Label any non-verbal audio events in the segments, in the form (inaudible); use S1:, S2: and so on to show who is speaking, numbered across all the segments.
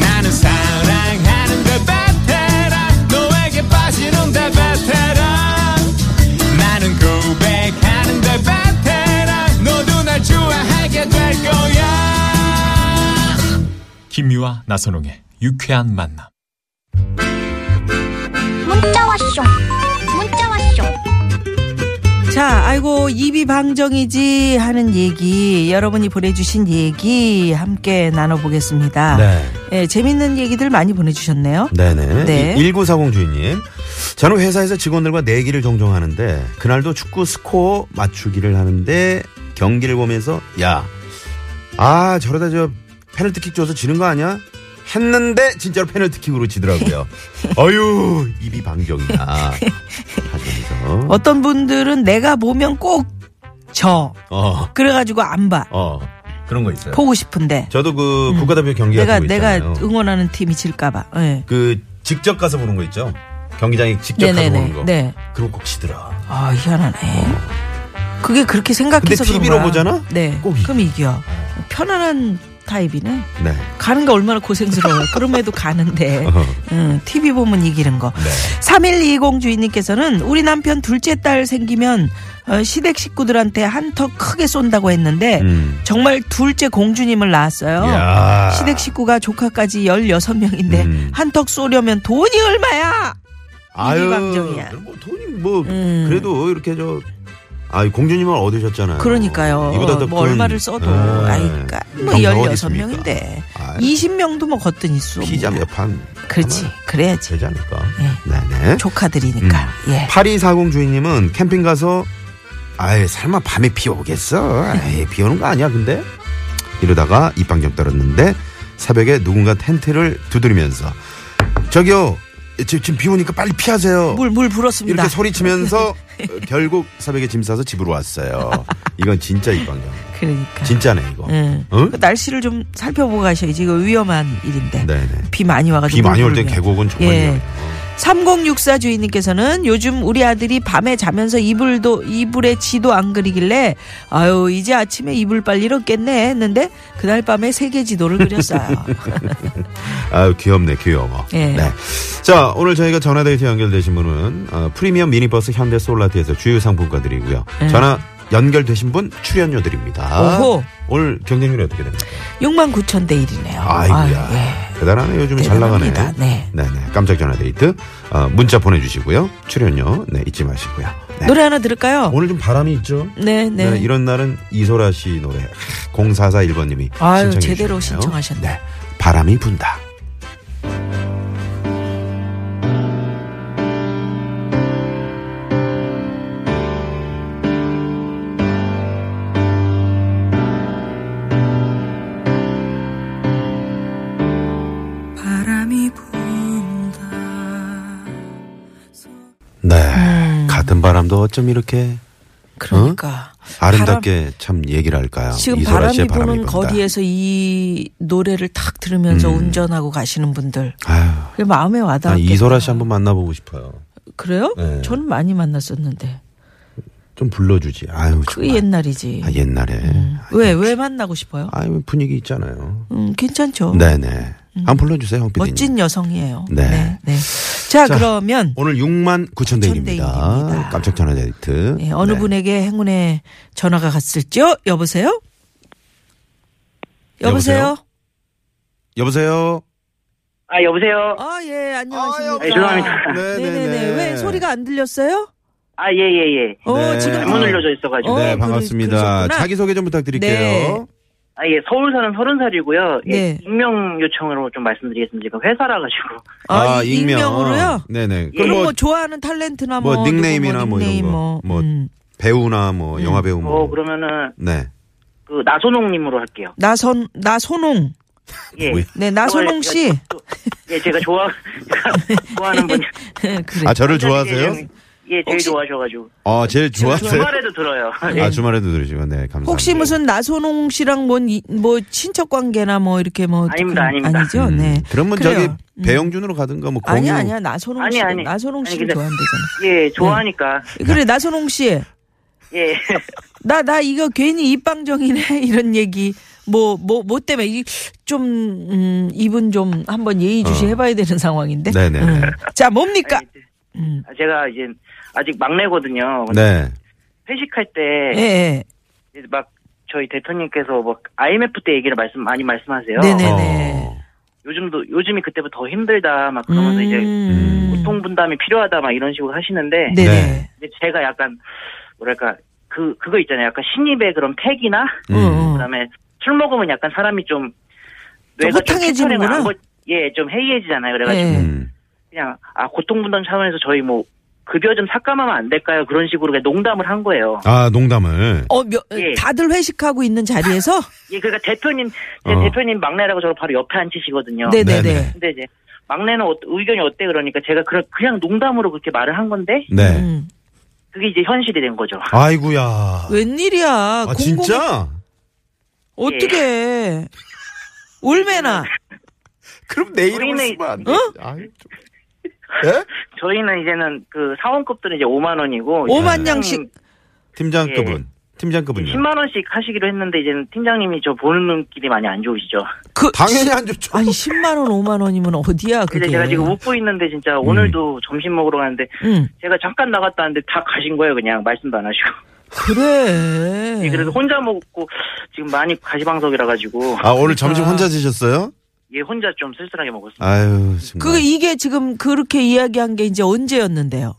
S1: 나는 사랑하는데 베테랑 너에게 빠지는데 베테랑 나는 고백하는데 베테랑 너도 날 좋아하게 될 거야
S2: 김미화 나선홍의 유쾌한 만남.
S3: 문자 왔쇼 문자 왔쇼
S4: 자, 아이고, 입이 방정이지 하는 얘기, 여러분이 보내주신 얘기 함께 나눠보겠습니다.
S5: 네.
S4: 예, 재밌는 얘기들 많이 보내주셨네요.
S5: 네네.
S4: 네.
S5: 1940 주인님. 저는 회사에서 직원들과 내기를 종종 하는데 그날도 축구 스코어 맞추기를 하는데 경기를 보면서 야, 아 저러다 저 페널티킥 줘서 지는 거 아니야? 했는데 진짜로 페널티킥으로 지더라고요.
S4: (laughs)
S5: 어유 입이 방정이야. 하면서
S4: 어떤 분들은 내가 보면 꼭 저.
S5: 어,
S4: 그래가지고 안 봐.
S5: 어 그런 거 있어요.
S4: 보고 싶은데.
S5: 저도 그 국가대표 경기
S4: 내가,
S5: 같은 거
S4: 내가
S5: 있잖아요.
S4: 응원하는 팀이 질까봐. 예.
S5: 그 직접 가서 보는 거 있죠. 경기장에 직접 가서 보는
S4: 네네네.
S5: 거.
S4: 네.
S5: 그럼 꼭 지더라.
S4: 아, 희한하네. 그게 그렇게 생각해서
S5: 근데
S4: 그런
S5: TV로
S4: 거야.
S5: 보잖아?
S4: 네.
S5: 꼭 이겨. 어.
S4: 그럼 이겨. 편안한 타입이네.
S5: 네.
S4: 가는 게 얼마나
S5: (laughs)
S4: 고생스러워요. 그럼에도 가는데. 응, TV 보면 이기는 거.
S5: 네.
S4: 3120 주인님께서는 우리 남편 둘째 딸 생기면 어, 시댁 식구들한테 한턱 크게 쏜다고 했는데
S5: 음.
S4: 정말 둘째 공주님을 낳았어요.
S5: 야.
S4: 시댁 식구가 조카까지 16명인데
S5: 음.
S4: 한턱 쏘려면 돈이 얼마야?
S5: 아유,
S4: 방정이야.
S5: 뭐 돈이 뭐
S4: 음.
S5: 그래도 이렇게 저 아, 공주님은 얻으셨잖아요.
S4: 그러니까요.
S5: 이보다 더
S4: 뭐
S5: 큰,
S4: 얼마를 써도
S5: 네.
S4: 아이까 뭐
S5: 경력 어디 있습니까?
S4: 16명인데
S5: 아이,
S4: 20명도 뭐 거뜬히 쏘.
S5: 피자 몇판
S4: 그렇지. 그래야지.
S5: 되지 음. 않을까?
S4: 예.
S5: 네네.
S4: 조카들이니까. 예.
S5: 8240 주인님은 캠핑 가서 아이 설마 밤에 비 오겠어? 아이 비 오는 거 아니야 근데? 이러다가 입방정 떨었는데 새벽에 누군가 텐트를 두드리면서 저기요 지- 지금 비 오니까 빨리 피하세요.
S4: 물, 물 불었습니다.
S5: 어. 이렇게
S4: (laughs)
S5: 소리치면서 어, 결국 새벽에 짐 싸서 집으로 왔어요. 이건 진짜 입방정.
S4: 그러니까.
S5: 진짜네 이거.
S4: 응.
S5: 응?
S4: 그 날씨를 좀 살펴보고 가셔야지. 이거 위험한 일인데.
S5: 네네.
S4: 비 많이 와가지고.
S5: 비 많이
S4: 물
S5: 올 때
S4: 불면.
S5: 계곡은 정말
S4: 예.
S5: 위험해요.
S4: 3064 주인님께서는 요즘 우리 아들이 밤에 자면서 이불도, 이불에 지도 안 그리길래, 아유, 이제 아침에 이불 빨리었겠네 했는데, 그날 밤에 세계 지도를
S5: (laughs)
S4: 그렸어요.
S5: 아유 귀엽네 귀여워.
S4: 예.
S5: 네. 자 오늘 저희가 전화데이트 연결되신 분은 어, 프리미엄 미니버스 현대 솔라티에서 주요 상품권 드리고요. 전화 연결되신 분 출연료 드립니다.
S4: 예. 오호.
S5: 오늘 경쟁률이 어떻게 됩니까?
S4: 6만 9천 대 1이네요. 예.
S5: 아이고야 대단하네 요즘 잘 나가네.
S4: 대단합니다. 네.
S5: 네네 깜짝 전화데이트 어, 문자 보내주시고요. 출연료 네 잊지 마시고요. 네.
S4: 노래 하나 들을까요?
S5: 오늘 좀 바람이 있죠?
S4: 아. 네, 네.
S5: 네, 이런 날은 이소라 씨 노래 0441번님이
S4: 아유,
S5: 신청해
S4: 제대로
S5: 주셨네요.
S4: 신청하셨네.
S5: 네, 바람이 분다.
S6: 바람이 분다.
S4: 아,
S5: 네,
S4: 음.
S5: 같은 바람도 어쩜 이렇게 어?
S4: 그러니까.
S5: 아름답게 참 얘기를 할까요?
S4: 바람, 지금
S5: 이소라
S4: 바람이
S5: 씨의 바람이
S4: 부는
S5: 분다. 음.
S4: 거리에서 이 노래를 탁 들으면서 운전하고 가시는 분들.
S5: 아유,
S4: 그게 마음에 와닿아.
S5: 난 이소라 씨 한번 만나보고 싶어요.
S4: 그래요?
S5: 네.
S4: 저는 많이 만났었는데.
S5: 좀 불러주지. 아유,
S4: 그게
S5: 정말.
S4: 옛날이지. 음.
S5: 아, 옛날에.
S4: 왜, 왜 만나고 싶어요?
S5: 아유, 분위기 있잖아요.
S4: 음, 괜찮죠.
S5: 네네. 한번 불러주세요, 황 PD님.
S4: 음. 멋진 여성이에요.
S5: 네.
S4: 네. 자, 그러면
S5: 오늘 6만 9천 대입니다.
S4: 대인입니다.
S5: 깜짝 전화 데이트.
S4: 예, 어느
S5: 네.
S4: 분에게 행운의 전화가 갔을지요? 여보세요? 여보세요?
S5: 여보세요? 여보세요?
S7: 아 여보세요.
S4: 아, 예, 안녕하십니까.
S7: 아, 죄송합니다.
S4: 네네네. 왜 소리가 안 들렸어요?
S7: 아 예예 예, 예.
S4: 어,
S5: 네.
S4: 지금
S7: 잘못
S5: 아.
S7: 눌려져 있어가지고.
S4: 어,
S5: 네,
S4: 그러-
S5: 반갑습니다.
S4: 그러셨구나.
S5: 자기 소개 좀 부탁드릴게요.
S4: 네.
S7: 아 예. 서울 사는 서른 살이고요. 예.
S4: 네.
S7: 익명 요청으로 좀 말씀드리겠습니다. 지금 회사라 가지고.
S4: 아, 이- 익명으로요?
S5: 네네.
S4: 그럼
S5: 그럼
S4: 뭐,
S5: 뭐,
S4: 좋아하는 탤런트나
S5: 뭐
S4: 뭐, 누구
S5: 닉네임이나 뭐 이런 거. 뭐
S4: 음.
S5: 배우나 뭐 영화 배우 뭐.
S7: 어 그러면은
S5: 네.
S7: 그 나선홍님으로 할게요.
S4: 나선
S5: (laughs)
S4: 나선홍.
S7: 예.
S5: 뭐야?
S4: 네, 나선홍 씨. (laughs)
S7: 제가- 예 제가 좋아 제가 좋아하는 분.
S4: 그래. 아,
S5: 아 저를 좋아하세요?
S7: 예, 예, 제일
S4: 혹시-
S7: 좋아하셔가지고.
S5: 어, 제일 좋았어요.
S7: 주말에도 들어요. (laughs)
S5: 아, 주말에도 들으시고, 네, 감사합니다.
S4: 혹시 뭐, 무슨 나선홍 씨랑 뭔, 이- 뭐 친척 관계나 뭐 이렇게 뭐 그런-
S7: 아닙니다, 아닙니다.
S4: 아니죠.
S5: 음,
S4: 네.
S5: 그러면
S4: 그래요.
S5: 저기 배영준으로 가든가 뭐
S4: 아니야
S5: 공유-
S4: 아니야 나선홍
S7: 아니, 네.
S4: 씨
S7: 아니.
S4: 나선홍
S7: 아니,
S4: 씨를
S7: 근데-
S4: 좋아한대잖아.
S7: 예, 좋아하니까.
S4: 그래 나선홍 씨. (laughs)
S7: 예.
S4: 나 나 이거 괜히 입방정이네 (laughs) 이런 얘기 뭐 뭐 뭐 때문에 이좀 음, 이분 좀 한번 예의주시 해봐야 되는 상황인데.
S5: 어.
S4: 음.
S5: 네네네.
S4: 자 뭡니까?
S7: 아, 제가 이제 아직 막내거든요.
S5: 네.
S7: 회식할 때
S4: 예. 예.
S7: 이제 막 저희 대통령께서 뭐 막 IMF 때 얘기를 말씀 많이 말씀하세요.
S4: 네네.
S5: 어.
S7: 요즘도 요즘이 그때보다 더 힘들다 막 그러면서
S4: 음.
S7: 이제
S5: 음.
S7: 고통 분담이 필요하다 막 이런 식으로 하시는데
S4: 네네.
S5: 네.
S7: 근데 제가 약간 뭐랄까 그 그거 있잖아요. 약간 신입의 그런 팩이나
S5: 음.
S4: 어, 어.
S7: 그다음에 술 먹으면 약간 사람이 좀 뇌가 좀
S4: 호탕해지는구나.
S7: 피터링을 안 거- 예, 좀 해이해지잖아요. 그래가지고
S4: 예.
S5: 음.
S7: 그냥 아 고통 분담 차원에서 저희 뭐 급여 좀 삭감하면 안 될까요? 그런 식으로 그냥 농담을 한 거예요.
S5: 아, 농담을.
S4: 어, 몇,
S7: 예.
S4: 다들 회식하고 있는 자리에서?
S7: 예, 그러니까 대표님 제
S5: 어.
S7: 대표님 막내라고 저를 바로 옆에 앉히시거든요.
S4: 네네네.
S5: 네네.
S7: 근데 이제 막내는 어- 의견이 어때 그러니까 제가 그런 그냥 농담으로 그렇게 말을 한 건데
S5: 네.
S4: 음.
S7: 그게 이제 현실이 된 거죠. (laughs)
S5: 아이구야.
S4: 웬일이야.
S5: 아,
S4: 공공이-
S5: 진짜?
S7: 예.
S4: 어떻게. 올매나.
S5: 그럼 내 이름을
S7: 우리는-
S5: 쓰면 안 돼. 아이, 좀. 예?
S7: 저희는 이제는 그 사원급들은 이제 5만 원이고
S4: 오만
S7: 팀장-
S4: 양씩.
S5: 팀장급은. 팀장급은요.
S7: 10만 원씩 하시기로 했는데 이제는 팀장님이 저 보는 눈길이 많이 안 좋으시죠.
S4: 그,
S5: 당연히 안 좋죠.
S4: 아니, 10만원, 5만원이면 어디야,
S7: 근데
S4: 그게.
S7: 제가 지금 웃고 있는데 진짜
S4: 음.
S7: 오늘도 점심 먹으러 가는데
S4: 응.
S7: 제가 잠깐 나갔다 왔는데 다 가신 거예요 그냥 말씀도 안 하시고. (laughs) 예,
S4: 그래.
S7: 그래서 혼자 먹고 지금 많이 가시방석이라 가지고
S5: 아,
S4: 그러니까.
S5: 오늘 점심 혼자 드셨어요?
S7: 얘 혼자 좀 쓸쓸하게 먹었습니다.
S5: 아유, 정말.
S4: 그게 이게 지금 그렇게 이야기한 게 이제 언제였는데요?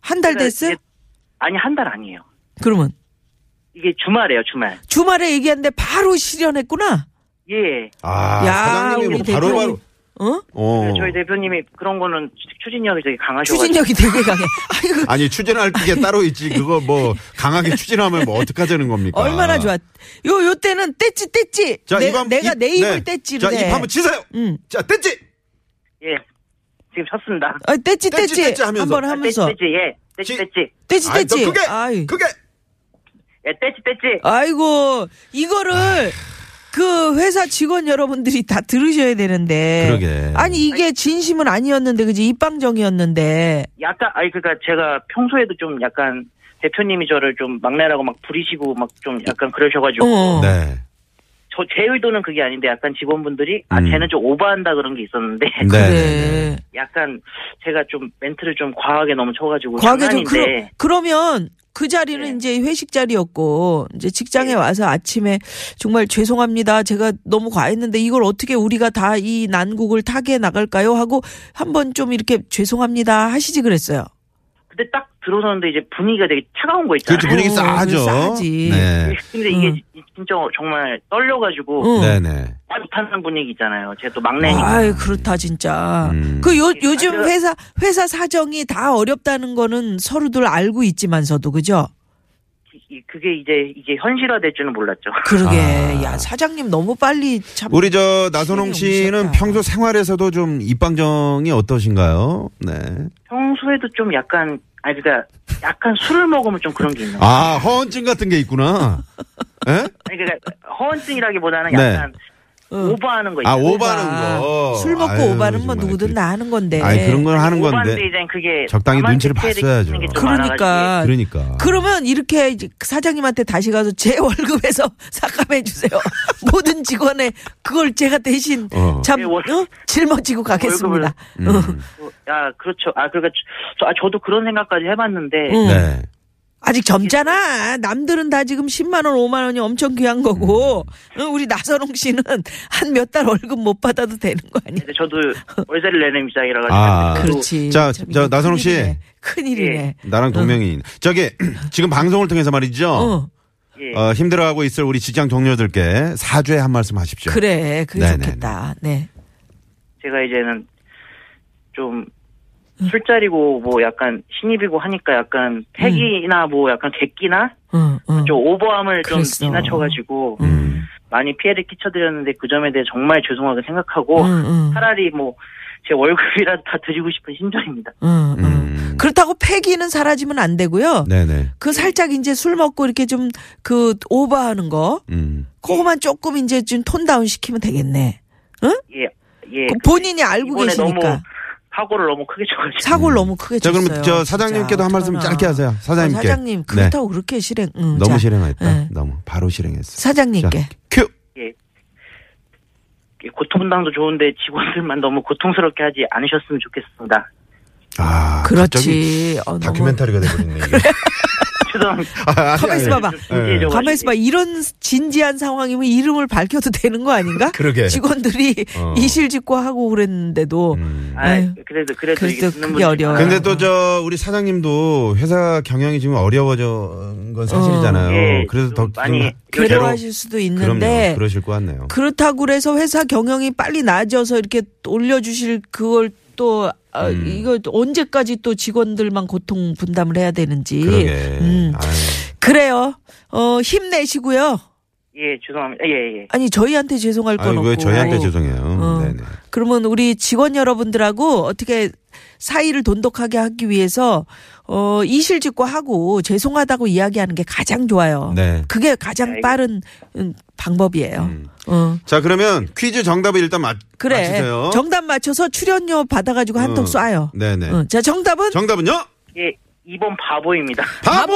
S4: 한 달
S7: 그러니까
S4: 됐어?
S7: 이게- 아니 한 달 아니에요.
S4: 그러면.
S7: 이게 주말이에요 주말.
S4: 주말에 얘기했는데 바로 실현했구나?
S7: 예.
S5: 아,
S4: 야,
S5: 사장님이 뭐
S4: 우리
S5: 바로바로.
S4: 대표님. 어?
S5: 어.
S7: 저희 그렇죠, 대표님이 그런 거는 추진력이 되게 강하셔가지고
S4: 추진력이 되게 강해. 아이고,
S5: 아니 추진할 게 따로 있지 그거 뭐 강하게 추진하면 뭐 어떡하자는 겁니까?
S4: 아. 얼마나 좋았. 요, 요 때는 떼찌, 떼찌.
S5: 자,
S4: 내,
S5: 입 한번-
S4: 내가
S5: 입-
S4: 내 입을
S5: 네.
S4: 떼찌로.
S5: 자,
S4: 해.
S5: 입 한번 치세요.
S4: 응.
S5: 자, 떼찌.
S7: 예 지금 쳤습니다.
S4: 아, 떼찌,
S5: 떼찌,
S4: 떼찌.
S5: 떼찌 하면서.
S4: 한번 하면서.
S7: 떼찌 떼찌 예 떼찌
S5: 지-
S4: 떼찌,
S7: 떼찌
S5: 아이, 너
S4: 떼찌.
S5: 그게
S4: 아이.
S5: 그게
S7: 예 떼찌 떼찌
S4: 아이고, 이거를 그 회사 직원 여러분들이 다 들으셔야 되는데.
S5: 그러게.
S4: 아니, 이게 진심은 아니었는데, 그지? 입방정이었는데.
S7: 약간 아니 그러니까 제가 평소에도 좀 약간 대표님이 저를 좀 막내라고 막 부리시고 막 좀 약간 그러셔가지고
S4: 어.
S5: 네.
S7: 저 제 의도는 그게 아닌데 약간 직원분들이 아
S5: 음.
S7: 쟤는 좀 오버한다 그런 게 있었는데
S4: 네.
S5: 네.
S4: 그래.
S7: (laughs) 약간 제가 좀 멘트를 좀 과하게 너무 쳐가지고
S4: 과하게 좀,
S7: 뭐 장난인데
S4: 그러, 그러면 그 자리는
S7: 네.
S4: 이제 회식 자리였고, 이제 직장에 와서 아침에 정말 죄송합니다. 제가 너무 과했는데 이걸 어떻게 우리가 다 이 난국을 타게 나갈까요? 하고 한번 좀 이렇게 죄송합니다 하시지 그랬어요.
S7: 근데 딱 들어서는데 이제 분위기가 되게 차가운 거
S5: 그렇지
S7: 있잖아요.
S5: 분위기
S4: 어,
S5: 싸하죠.
S4: 싸하지.
S5: 네.
S7: (laughs) 근데 이게
S4: 음.
S7: 진짜 정말 떨려가지고
S4: 응.
S5: 네, 네.
S7: 아, 못하는 분위기 있잖아요. 제가 또 막내니까.
S4: 아유, 그렇다, 진짜.
S5: 음.
S4: 그 요, 요즘
S7: 네. 아니요.
S4: 회사, 회사 사정이 다 어렵다는 거는 서로들 알고 있지만서도, 그죠?
S7: 이- 그게 이제 이게 현실화될 줄은 몰랐죠.
S4: 그러게. 야, 사장님 너무 빨리 참.
S5: 아. 우리 저 나선홍
S4: 신경이
S5: 씨는
S4: 없으셨다.
S5: 평소 생활에서도 좀 입방정이 어떠신가요? 네.
S7: 평소에도 좀 약간 아니 그러니까 약간 술을 먹으면 좀 그런 게 있는. 아.
S5: 아, 허언증 같은 게 있구나. 예?
S7: 그러니까 허언증이라기보다는
S5: 네.
S7: 약간
S4: 응.
S7: 오버하는 거
S5: 아,
S7: 있잖아요.
S5: 오바는 거.
S4: 술 먹고
S5: 아유,
S4: 오바는 뭐
S5: 정말
S4: 누구든
S5: 그-
S4: 나 하는 건데.
S5: 아니, 그런 건 하는
S4: 네.
S7: 오버인데
S5: 건데.
S7: 이제 그게
S5: 적당히
S7: 나만
S5: 눈치를
S7: 디테일이
S5: 봤어야죠.
S7: 있는 게좀 많아가지고. 예,
S4: 그러니까.
S5: 그러니까.
S4: 그러면 이렇게 이제 그 사장님한테 다시 가서 제 (laughs) 월급에서 삭감해 주세요. (laughs) 모든 직원의 그걸 제가 대신
S5: 어.
S4: 참
S7: 제 월-
S4: 어? 짊어지고 가겠습니다. 어.
S5: 음.
S7: 야 그렇죠. 아 그러니까 저, 아, 저도 그런 생각까지 해봤는데
S4: 응.
S5: 네.
S4: 아직 젊잖아. 남들은 다 지금 10만 원, 5만 원이 엄청 귀한 거고
S5: 음.
S4: 응, 우리 나선홍 씨는 한 몇 달 월급 못 받아도 되는 거 아니야?
S7: 이제 저도 월세를 내는 입장이라 가지고
S5: 아.
S4: 그렇지.
S5: 자,
S4: 참
S5: 자,
S4: 이거
S5: 나선홍 씨.
S4: 큰일이네.
S7: 예.
S4: 큰일이네.
S5: 나랑 동명이인. 저기 (clears throat) 지금 방송을 통해서 말이죠.
S4: 음. 어.
S7: 예.
S5: 어, 힘들어하고 있을 우리 직장 동료들께 사죄 한 말씀 하십시오.
S4: 그래. 그게
S5: 네네네.
S4: 좋겠다. 네.
S7: 제가 이제는 좀 술자리고 뭐 약간 신입이고 하니까 약간 패기나 뭐 약간 객기나
S4: 응, 응.
S7: 좀 오버함을
S4: 음. 그랬어.
S7: 좀 지나쳐가지고
S5: 음.
S7: 많이 피해를 끼쳐드렸는데 그 점에 대해 정말 죄송하게 생각하고
S4: 응, 응.
S7: 차라리 뭐 제 월급이라도 다 드리고 싶은 심정입니다.
S4: 음, 음.
S5: 음.
S4: 그렇다고 폐기는 사라지면 안 되고요.
S5: 네네.
S4: 그 살짝 이제 술 먹고 이렇게 좀 그 오버하는 거,
S5: 음.
S4: 그거만 조금 이제 좀 톤다운 시키면 되겠네.
S7: 예, 예.
S4: 그 본인이 알고
S7: 이번에
S4: 계시니까
S7: 너무 음. 사고를 너무 크게 쳐가지고.
S4: 사고를 너무 크게
S5: 자,
S4: 쳤어요.
S5: 그럼 저 사장님께도 한 말씀 짧게 하세요. 사장님께.
S4: 아, 사장님
S5: 네.
S4: 그렇다고 그렇게 실행. 응,
S5: 너무
S4: 자,
S5: 실행했다.
S4: 네.
S5: 너무 바로 실행했어.
S4: 사장님께.
S5: 자, 큐.
S7: 고통당도 좋은데 직원들만 너무 고통스럽게 하지 않으셨으면 좋겠습니다. (laughs)
S5: 아, 갑자기
S4: 그렇지. 어, 너무-
S5: 다큐멘터리가 돼버렸네. 이게.
S7: 죄송합니다.
S5: 아, 아니,
S4: 가만
S5: 아니.
S4: 있어 봐봐.
S7: 진지해져가지고.
S4: 예. 가만 있어봐. 이런 진지한 상황이면 이름을 밝혀도 (laughs) 되는 거 아닌가?
S5: (laughs) 그러게.
S4: 직원들이
S5: 어.
S4: 이실직고하고 그랬는데도
S5: 음.
S7: 아,
S4: 아유.
S7: 그래도 그래도 이게
S4: 그래도
S7: 듣는
S4: 그게
S7: 분들-
S4: 어려워요.
S5: 근데 또 저 우리 사장님도 회사 경영이 지금 어려워진 건 사실이잖아요.
S4: 어.
S7: 예,
S5: 그래서 더
S7: 좀 많이
S5: 좀
S4: 괴로워하실 수도
S5: 그럼요.
S4: 있는데
S5: 그러실 것 같네요.
S4: 그렇다고 그래서 회사 경영이 빨리 나아져서 이렇게 올려주실 그걸 또 아,
S5: 음.
S4: 이거 또 언제까지 또 직원들만 고통 분담을 해야 되는지
S5: 그러게.
S4: 음.
S5: 아유.
S4: 그래요 어 힘내시고요
S7: 예, 죄송합니다. 예, 예.
S4: 아니 저희한테 죄송할 건
S5: 아유,
S4: 없고
S5: 왜 저희한테 죄송해요.
S4: 어.
S5: 네네.
S4: 그러면 우리 직원 여러분들하고 어떻게 사이를 돈독하게 하기 위해서 어 이실직고 하고 죄송하다고 이야기하는 게 가장 좋아요
S5: 네.
S4: 그게 가장 빠른 음, 방법이에요 어.
S5: 자, 그러면 퀴즈 정답을 일단 맞,
S4: 그래.
S5: 맞히세요.
S4: 정답 맞춰서 출연료 받아가지고 한턱
S5: 어.
S4: 쏴요.
S5: 네네.
S4: 어, 자, 정답은?
S5: 정답은요?
S7: 예, 이번 바보입니다.
S5: 바보!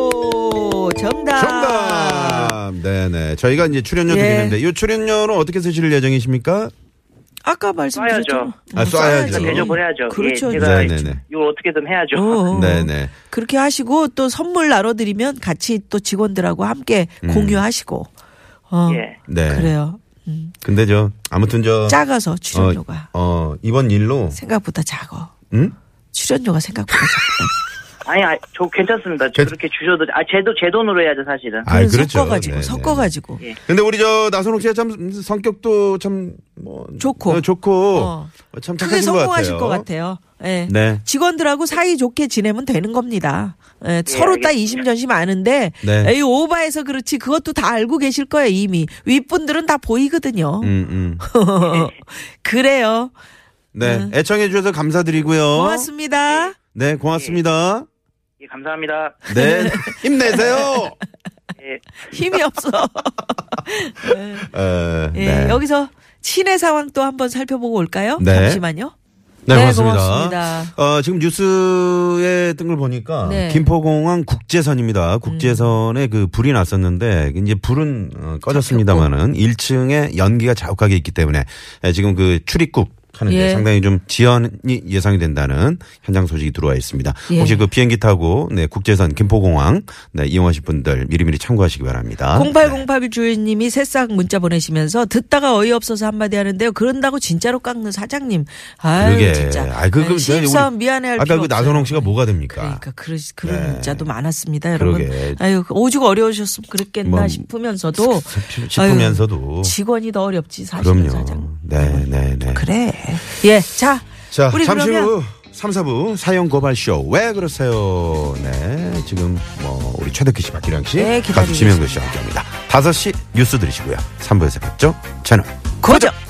S4: 오, 정답.
S5: 정답! 네네. 저희가 이제 출연료
S4: 예.
S5: 드리는데, 이 출연료는 어떻게 쓰실 예정이십니까?
S4: 아까 말씀드렸죠. 음,
S7: 쏴야죠.
S5: 아, 쏴야죠.
S7: 일단 대접을 해야죠.
S4: 그렇죠.
S7: 예, 제가
S5: 네, 네, 네.
S7: 이걸 어떻게든 해야죠.
S4: 어,
S5: 네네.
S4: 그렇게 하시고 또 선물 나눠드리면 같이 또 직원들하고 함께
S5: 음.
S4: 공유하시고. 어,
S7: 예.
S5: 네.
S4: 그래요. 음,
S5: 근데 저, 아무튼 저.
S4: 작아서 출연료가
S5: 어, 음? 어, 이번 일로.
S4: 생각보다 작아.
S5: 응?
S4: 출연료가 생각보다 작다.
S7: 아니, 아, 저 괜찮습니다.
S5: 괜-
S7: 그렇게 주셔도 아, 제도 제 돈으로 해야죠, 사실은.
S5: 아, 그렇죠.
S4: 섞어가지고,
S5: 네네.
S4: 섞어가지고.
S7: 예.
S5: 근데 우리 저, 나선옥 씨가 참 성격도 참, 뭐.
S4: 좋고.
S5: 어, 좋고.
S4: 어.
S5: 참
S4: 크게
S5: 착하신
S4: 성공하실 것 같아요. 예.
S5: 네.
S4: 직원들하고 사이 좋게 지내면 되는 겁니다. 예, 서로 다
S7: 알겠습니다.
S4: 이심전심 아는데
S5: 네.
S4: 에이 오바해서 그렇지 그것도 다 알고 계실 거예요 이미 윗분들은 다 보이거든요.
S5: 음, 음.
S4: (laughs) 그래요.
S5: 네. 애청해 주셔서 감사드리고요.
S4: 고맙습니다.
S5: 네, 고맙습니다.
S7: 예, 감사합니다.
S5: 네. (laughs) 힘내세요.
S4: 힘이
S5: (laughs)
S4: 없어.
S5: 에,
S4: 예,
S5: 네.
S4: 여기서 친해 상황 또 한번 살펴보고 올까요?
S5: 네.
S4: 잠시만요.
S5: 네,
S4: 네,
S5: 고맙습니다.
S4: 고맙습니다.
S5: 어, 지금 뉴스에 뜬 걸 보니까
S4: 네.
S5: 김포공항 국제선입니다. 국제선에 그 불이 났었는데 이제 불은 어, 꺼졌습니다만은 1층에 연기가 자욱하게 있기 때문에 예, 지금 그 출입국 하는데
S4: 예.
S5: 상당히 좀 지연이 예상이 된다는 현장 소식이 들어와 있습니다.
S4: 예.
S5: 혹시 그 비행기 타고 네, 국제선 김포공항 네, 이용하실 분들 미리미리 참고하시기 바랍니다.
S4: 0808 주인님이 새싹 문자 보내시면서 듣다가 어이없어서 한마디 하는데요. 그런다고 진짜로 깎는 사장님. 아유
S5: 그게
S4: 진짜.
S5: 아 그그
S4: 심사원 미안해할
S5: 아까
S4: 필요
S5: 그
S4: 없어요.
S5: 나선홍 씨가 뭐가 됩니까?
S4: 그러니까 그러, 그런
S5: 아. 네.
S4: 문자도 많았습니다, 여러분.
S5: 그러게.
S4: 아유 오죽 어려우셨으면 그랬겠나
S5: 뭐,
S4: 싶으면서도
S5: 싶으면서도.
S4: 아유, 직원이 더 어렵지 사실은
S5: 그럼요.
S4: 사장.
S5: 네, 네, 네.
S4: 그래. 예, 자,
S5: 자,
S4: 우리
S5: 잠시
S4: 그러면
S5: 후 3, 4부 사형 고발 쇼. 왜 그러세요? 네. 지금 뭐 우리 최덕기 씨, 박기량 씨,
S4: 네, 기다리고
S5: 가수 지명도 씨와 함께합니다. 5시 뉴스 들으시고요. 3부에서 뵙죠. 채널.
S4: 고정.